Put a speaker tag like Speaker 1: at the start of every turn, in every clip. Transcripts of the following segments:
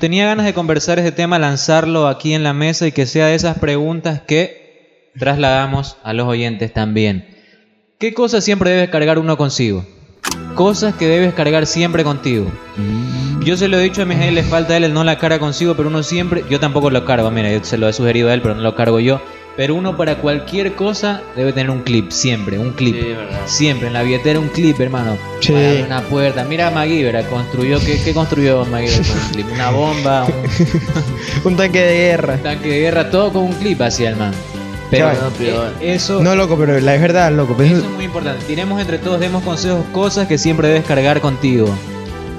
Speaker 1: Tenía ganas de conversar este tema, lanzarlo aquí en la mesa y que sea de esas preguntas que trasladamos a los oyentes también. ¿Qué cosas siempre debes cargar uno consigo? Cosas que debes cargar siempre contigo. Yo se lo he dicho a mi gente, le falta a él, él no la carga consigo, pero uno siempre, yo tampoco lo cargo, mira, yo se lo he sugerido a él, pero no lo cargo yo. Pero uno para cualquier cosa debe tener un clip, siempre, un clip.
Speaker 2: Sí, verdad.
Speaker 1: Siempre, en la billetera un clip, hermano.
Speaker 3: Sí.
Speaker 1: Para abrir una puerta. Mira a MacGyver, construyó, ¿qué, qué construyó MacGyver con un clip? Una bomba, un
Speaker 3: Un tanque de guerra.
Speaker 1: tanque de guerra, todo con un clip hacia el man. Pero
Speaker 3: Claro,
Speaker 2: pero-
Speaker 1: eh, eso,
Speaker 3: No, loco, pero la verdad, loco. pero
Speaker 1: eso es
Speaker 3: eso-
Speaker 1: muy importante. Tiremos entre todos, demos consejos, cosas que siempre debes cargar contigo.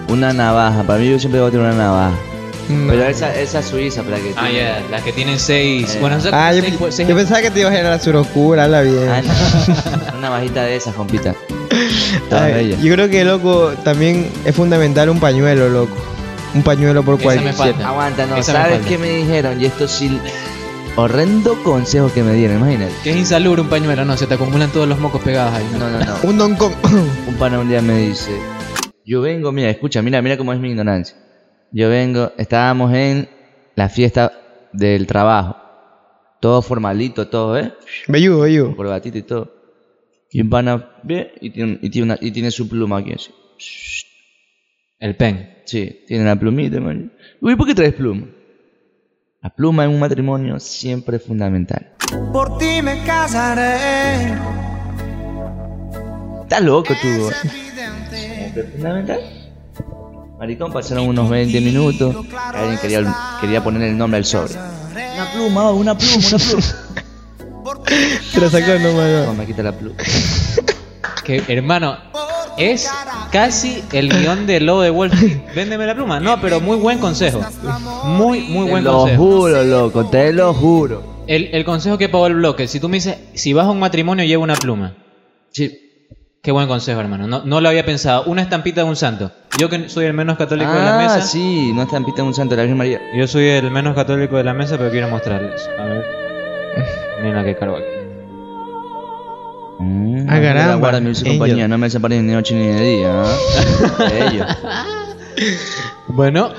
Speaker 2: Una navaja, para mí yo siempre voy a tener una navaja.
Speaker 3: no.
Speaker 2: Pero esa, esa suiza, para que.
Speaker 1: Ah, ya, las que tienen seis.
Speaker 2: Eh.
Speaker 1: Bueno, o sea,
Speaker 3: Ah, yo,
Speaker 1: seis- seis-
Speaker 3: yo pensaba que te ibas a ir a la suroscura, la
Speaker 2: Ah,
Speaker 3: bien.
Speaker 2: no. Una navajita de esas, compita. Todas
Speaker 3: Ay,
Speaker 2: bellas.
Speaker 3: yo creo que, loco, también es fundamental un pañuelo, loco. Un pañuelo por
Speaker 1: Esa me
Speaker 3: cualquier.
Speaker 1: falta.
Speaker 2: Aguanta, no,
Speaker 1: Esa me
Speaker 2: ¿sabes
Speaker 1: falta.
Speaker 2: qué me dijeron? Y esto sí. Horrendo consejo que me dieron, imagínate.
Speaker 1: Que es insalubre un pañuelo, no, se te acumulan todos los mocos pegados ahí.
Speaker 2: No, no, no.
Speaker 3: Un don con.
Speaker 2: Un pana un día me dice, yo vengo, mira, escucha, mira, mira cómo es mi ignorancia. Yo vengo, estábamos en la fiesta del trabajo. Todo formalito, todo, ¿eh?
Speaker 3: Belludo,
Speaker 2: Con
Speaker 3: belludo.
Speaker 2: corbatita y todo. Y un pana ve y tiene, y tiene, una- y tiene su pluma aquí. Así.
Speaker 1: El pen.
Speaker 2: Sí, tiene la plumita, man. Uy, ¿por qué traes pluma? La pluma en un matrimonio siempre es fundamental.
Speaker 4: Por ti me casaré.
Speaker 2: Estás loco tú, güey. Siempre es fundamental. Maricón, pasaron unos 20 minutos. Alguien quería, quería poner el nombre al sobre. Una pluma, oh, una pluma, una pluma.
Speaker 3: Te la sacó nomás.
Speaker 2: No,
Speaker 3: no.
Speaker 2: me quita la pluma.
Speaker 1: Que, hermano, es casi el guión de Lobo de Wall Street. Véndeme la pluma. No, pero muy buen consejo. Muy, muy
Speaker 2: Te
Speaker 1: buen
Speaker 2: lo
Speaker 1: consejo.
Speaker 2: juro, loco, te lo juro.
Speaker 1: El, el consejo que pagó el bloque, si tú me dices, si vas a un matrimonio, lleva una pluma.
Speaker 2: Sí.
Speaker 1: Qué buen consejo, hermano. No, no lo había pensado. Una estampita de un santo. Yo que soy el menos católico de la
Speaker 2: Ah,
Speaker 1: mesa.
Speaker 2: sí, no estampita en un santo, la Virgen María.
Speaker 1: Yo soy el menos católico de la mesa, pero quiero mostrarles. A ver. Miren la que cargo aquí.
Speaker 2: Mm,
Speaker 3: Ah, caramba,
Speaker 2: la guarda mi dulce
Speaker 3: Angel.
Speaker 2: compañía, no me separen ni de noche ni de día. ¿ah? De ellos.
Speaker 1: Bueno,